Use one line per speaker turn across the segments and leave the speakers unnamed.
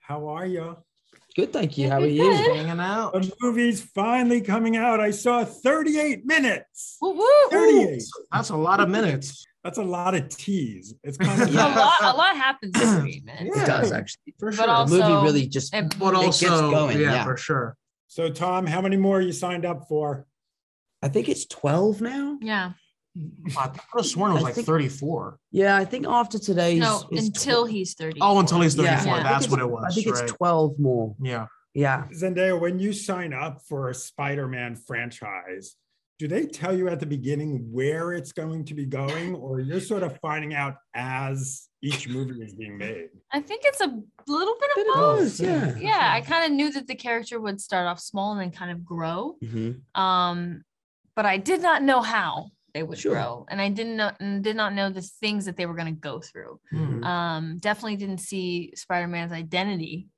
How are you?
Good, thank you. How are
Good,
you?
good.
Hanging out.
The movie's finally coming out. I saw 38 minutes.
Woo, woo.
38.
That's a lot of minutes.
That's a lot of teas. It's kind
A
of
Yeah.
lot, a lot happens in three minutes.
Yeah.
It does actually.
For
But
sure.
The
also-
movie really just
It-
but uh, also,
gets going,
yeah,
yeah.
for sure.
so. Tom, how many more you signed up for?
I think it's 12 now.
yeah.
I could have sworn it was
I
like
think-
34.
Yeah, I think after today's
No,
it's
until
tw-
he's 30.
Oh, until he's 34.
Yeah.
I
That's
think
what it
it's-
was.
I think
right?
it's 12 more.
Yeah.
Yeah.
Zendaya, when you sign up for a Spider-Man franchise, do they tell you at the beginning where it's going to be going, or you're sort of finding out as each movie is being made?
I think it's a little bit of
Bit of
both.
both, yeah.
Yeah, I kind of knew that the character would start off small and then kind of grow.
Mhm.
Um, but I did not know how they would
Sure.
grow, and I didn't know and did not know the things that they were going to go through.
Hmm.
Mhm.
Um, definitely didn't see Spider-Man's identity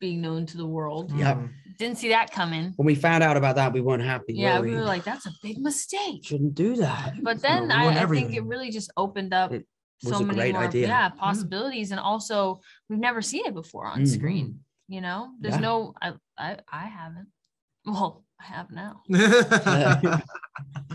being known to the world.
Yeah.
Mhm.
Didn't see that coming.
When we found out about that, we weren't happy.
Yeah,
were
we
we
were like, that's a big mistake.
shouldn't do that.
But
It's gonna
then I,
ruin
I think it
everything.
really just opened up
It was
so
a
many
great
more
idea.
yeah possibilities, and also we've never seen it before on
Mm.
screen. You know, there's
Yeah.
no I, I I haven't. Well, I have now.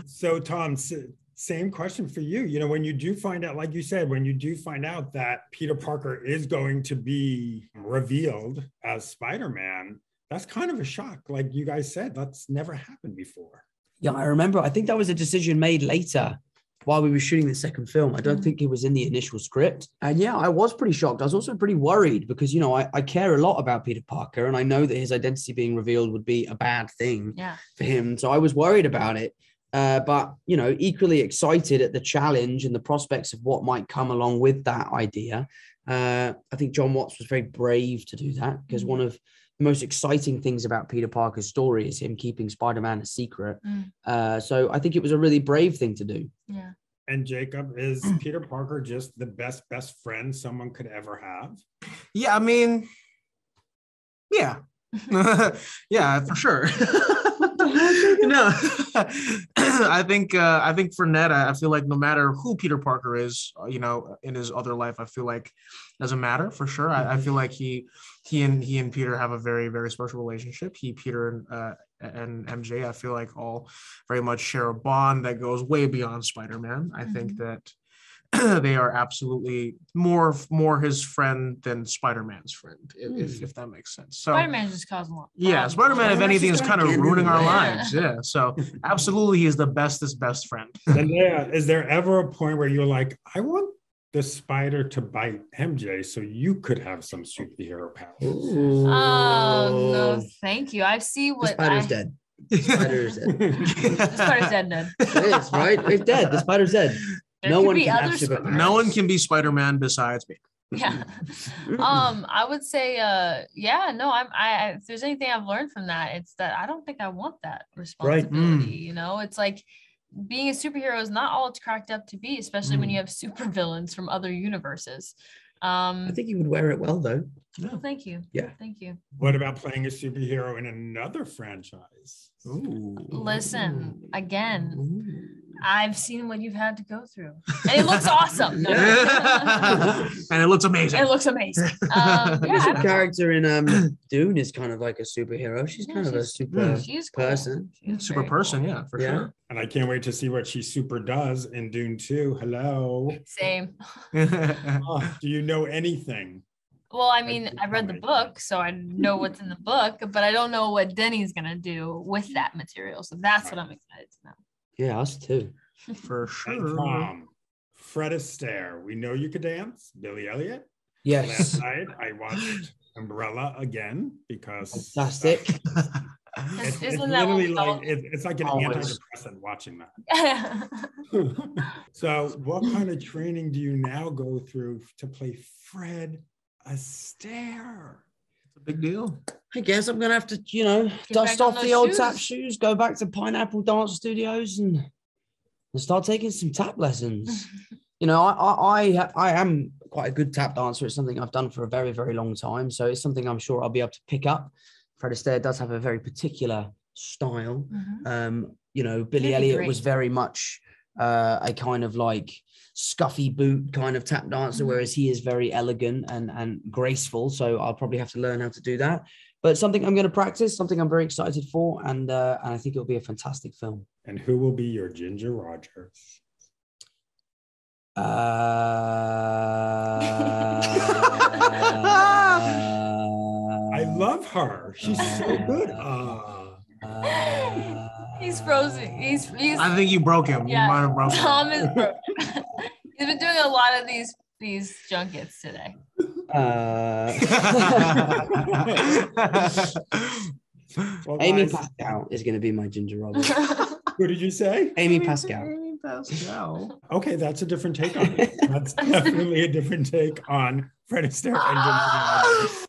So, Tom, s- same question for you. You know, when you do find out, like you said, when you do find out that Peter Parker is going to be revealed as Spider Man, that's kind of a shock. Like you guys said, that's never happened before.
Yeah, I remember. I think that was a decision made later while we were shooting the second film. I don't
Mhm.
think it was in the initial script. And yeah, I was pretty shocked. I was also pretty worried because, you know, I, I care a lot about Peter Parker and I know that his identity being revealed would be a bad thing
Yeah.
for him. So I was worried about it. Uh, but you know, equally excited at the challenge and the prospects of what might come along with that idea. Uh, I think John Watts was very brave to do that because
Mhm.
one of the most exciting things about Peter Parker's story is him keeping Spider-Man a secret.
Mm.
Uh, so I think it was a really brave thing to do.
Yeah.
And Jacob, is Peter Parker just the best, best friend someone could ever have?
yeah, I mean, yeah. yeah, for sure. no, I think uh, I think for Ned, I I feel like no matter who Peter Parker is, uh, you know, in his other life, I feel like doesn't matter for sure. I, I feel like he he and he and Peter have a very very special relationship. He Peter and uh, and MJ, I feel like all very much share a bond that goes way beyond Spider Man. I think that. they are absolutely more more his friend than Spider-Man's friend, if, if,
Hmm.
if that makes sense. So
Spider Man just caused a lot.
yeah,
lot of
Spider Man, if
Spider-Man's
anything, is
just
kind of
gonna get
ruining
in the
our
way.
lives. Yeah. So, absolutely, he is the bestest, best friend.
And yeah, is there ever a point where you're like, I want the spider to bite MJ so you could have some superhero power?
Oh Um, no, thank you. I see
The
what
spider's
I-
dead. Spider is dead.
The spider's dead. Ned.
it is right. It's dead. The spider's dead.
There
No
could
one
be
can have
other
superpowers.
spiders.
no one can be Spider Man besides me.
Yeah. um, I would say, uh, yeah, no, I'm. I, I if there's anything I've learned from that, it's that I don't think I want that
Right.
responsibility.
Mm.
You know, it's like being a superhero is not all it's cracked up to be, especially when you have supervillains from other universes. Um,
Mm. I think you would wear it well though.
well, thank you.
Yeah.
Thank you.
What about playing a superhero in another franchise?
Listen, again, I've seen what you've had to go through, and it looks awesome. No.
and it looks amazing.
it looks amazing. Um, yeah,
Because
I
the
don't-
character in um Dune is kind of like a superhero. She's
Yeah,
kind of a
she's-
super
Mm.
she's cool.
person.
She's
Super
very cool.
person, yeah, for
Yeah.
And I can't wait to see what she super does in Dune 2. Hello.
Same.
sure.
Oh, do you know anything?
Well, I mean,
did
I read the
not read
book, so I know what's in the book, but I don't know what Denny's gonna do with that material. So that's what I'm excited to know.
Yeah, us too.
for
And
sure.
Tom, Fred Astaire, we know you could dance. Billy Elliot. Last
Yes.
night I watched Umbrella again because uh,
Fantastic.
It's, it's
Isn't that what
literally
we call
like it- it's like an
Always.
antidepressant watching that.
it?
so, what kind of training do you now go through to play Fred Astaire?
Big deal.
I guess I'm gonna have to, you know, dust
back on
off the
those
old
shoes.
tap shoes, go back to Pineapple Dance Studios, and, and start taking some tap
Mm.
lessons. you know, I, I I I am quite a good tap dancer. It's something I've done for a very very long time, so it's something I'm sure I'll be able to pick up. Fred Astaire does have a very particular style.
Mhm.
um, you know, Billy
be
Elliot
great.
was very much uh, a kind of like scuffy boot kind of tap
Mm.
dancer, whereas he is very elegant and and graceful. So I'll probably have to learn how to do that. But something I'm going to practice, something I'm very excited for, and uh, and I think it'll be a fantastic film.
And who will be your Ginger Rogers?
Uh,
I love her. She's so good. Uh,
uh,
He's frozen. He's he's
I think you broke him.
Yeah.
You might have broke him.
Tom is broke. He's been doing a lot of these these junkets today.
uh,
well,
Amy
guys,
Pascal is going to be my Ginger Robin.
who did you say?
Amy Pascal.
Amy Pascal.
Okay, that's a different take on it. That's definitely a different take on Fred Astaire and Ginger Rogers.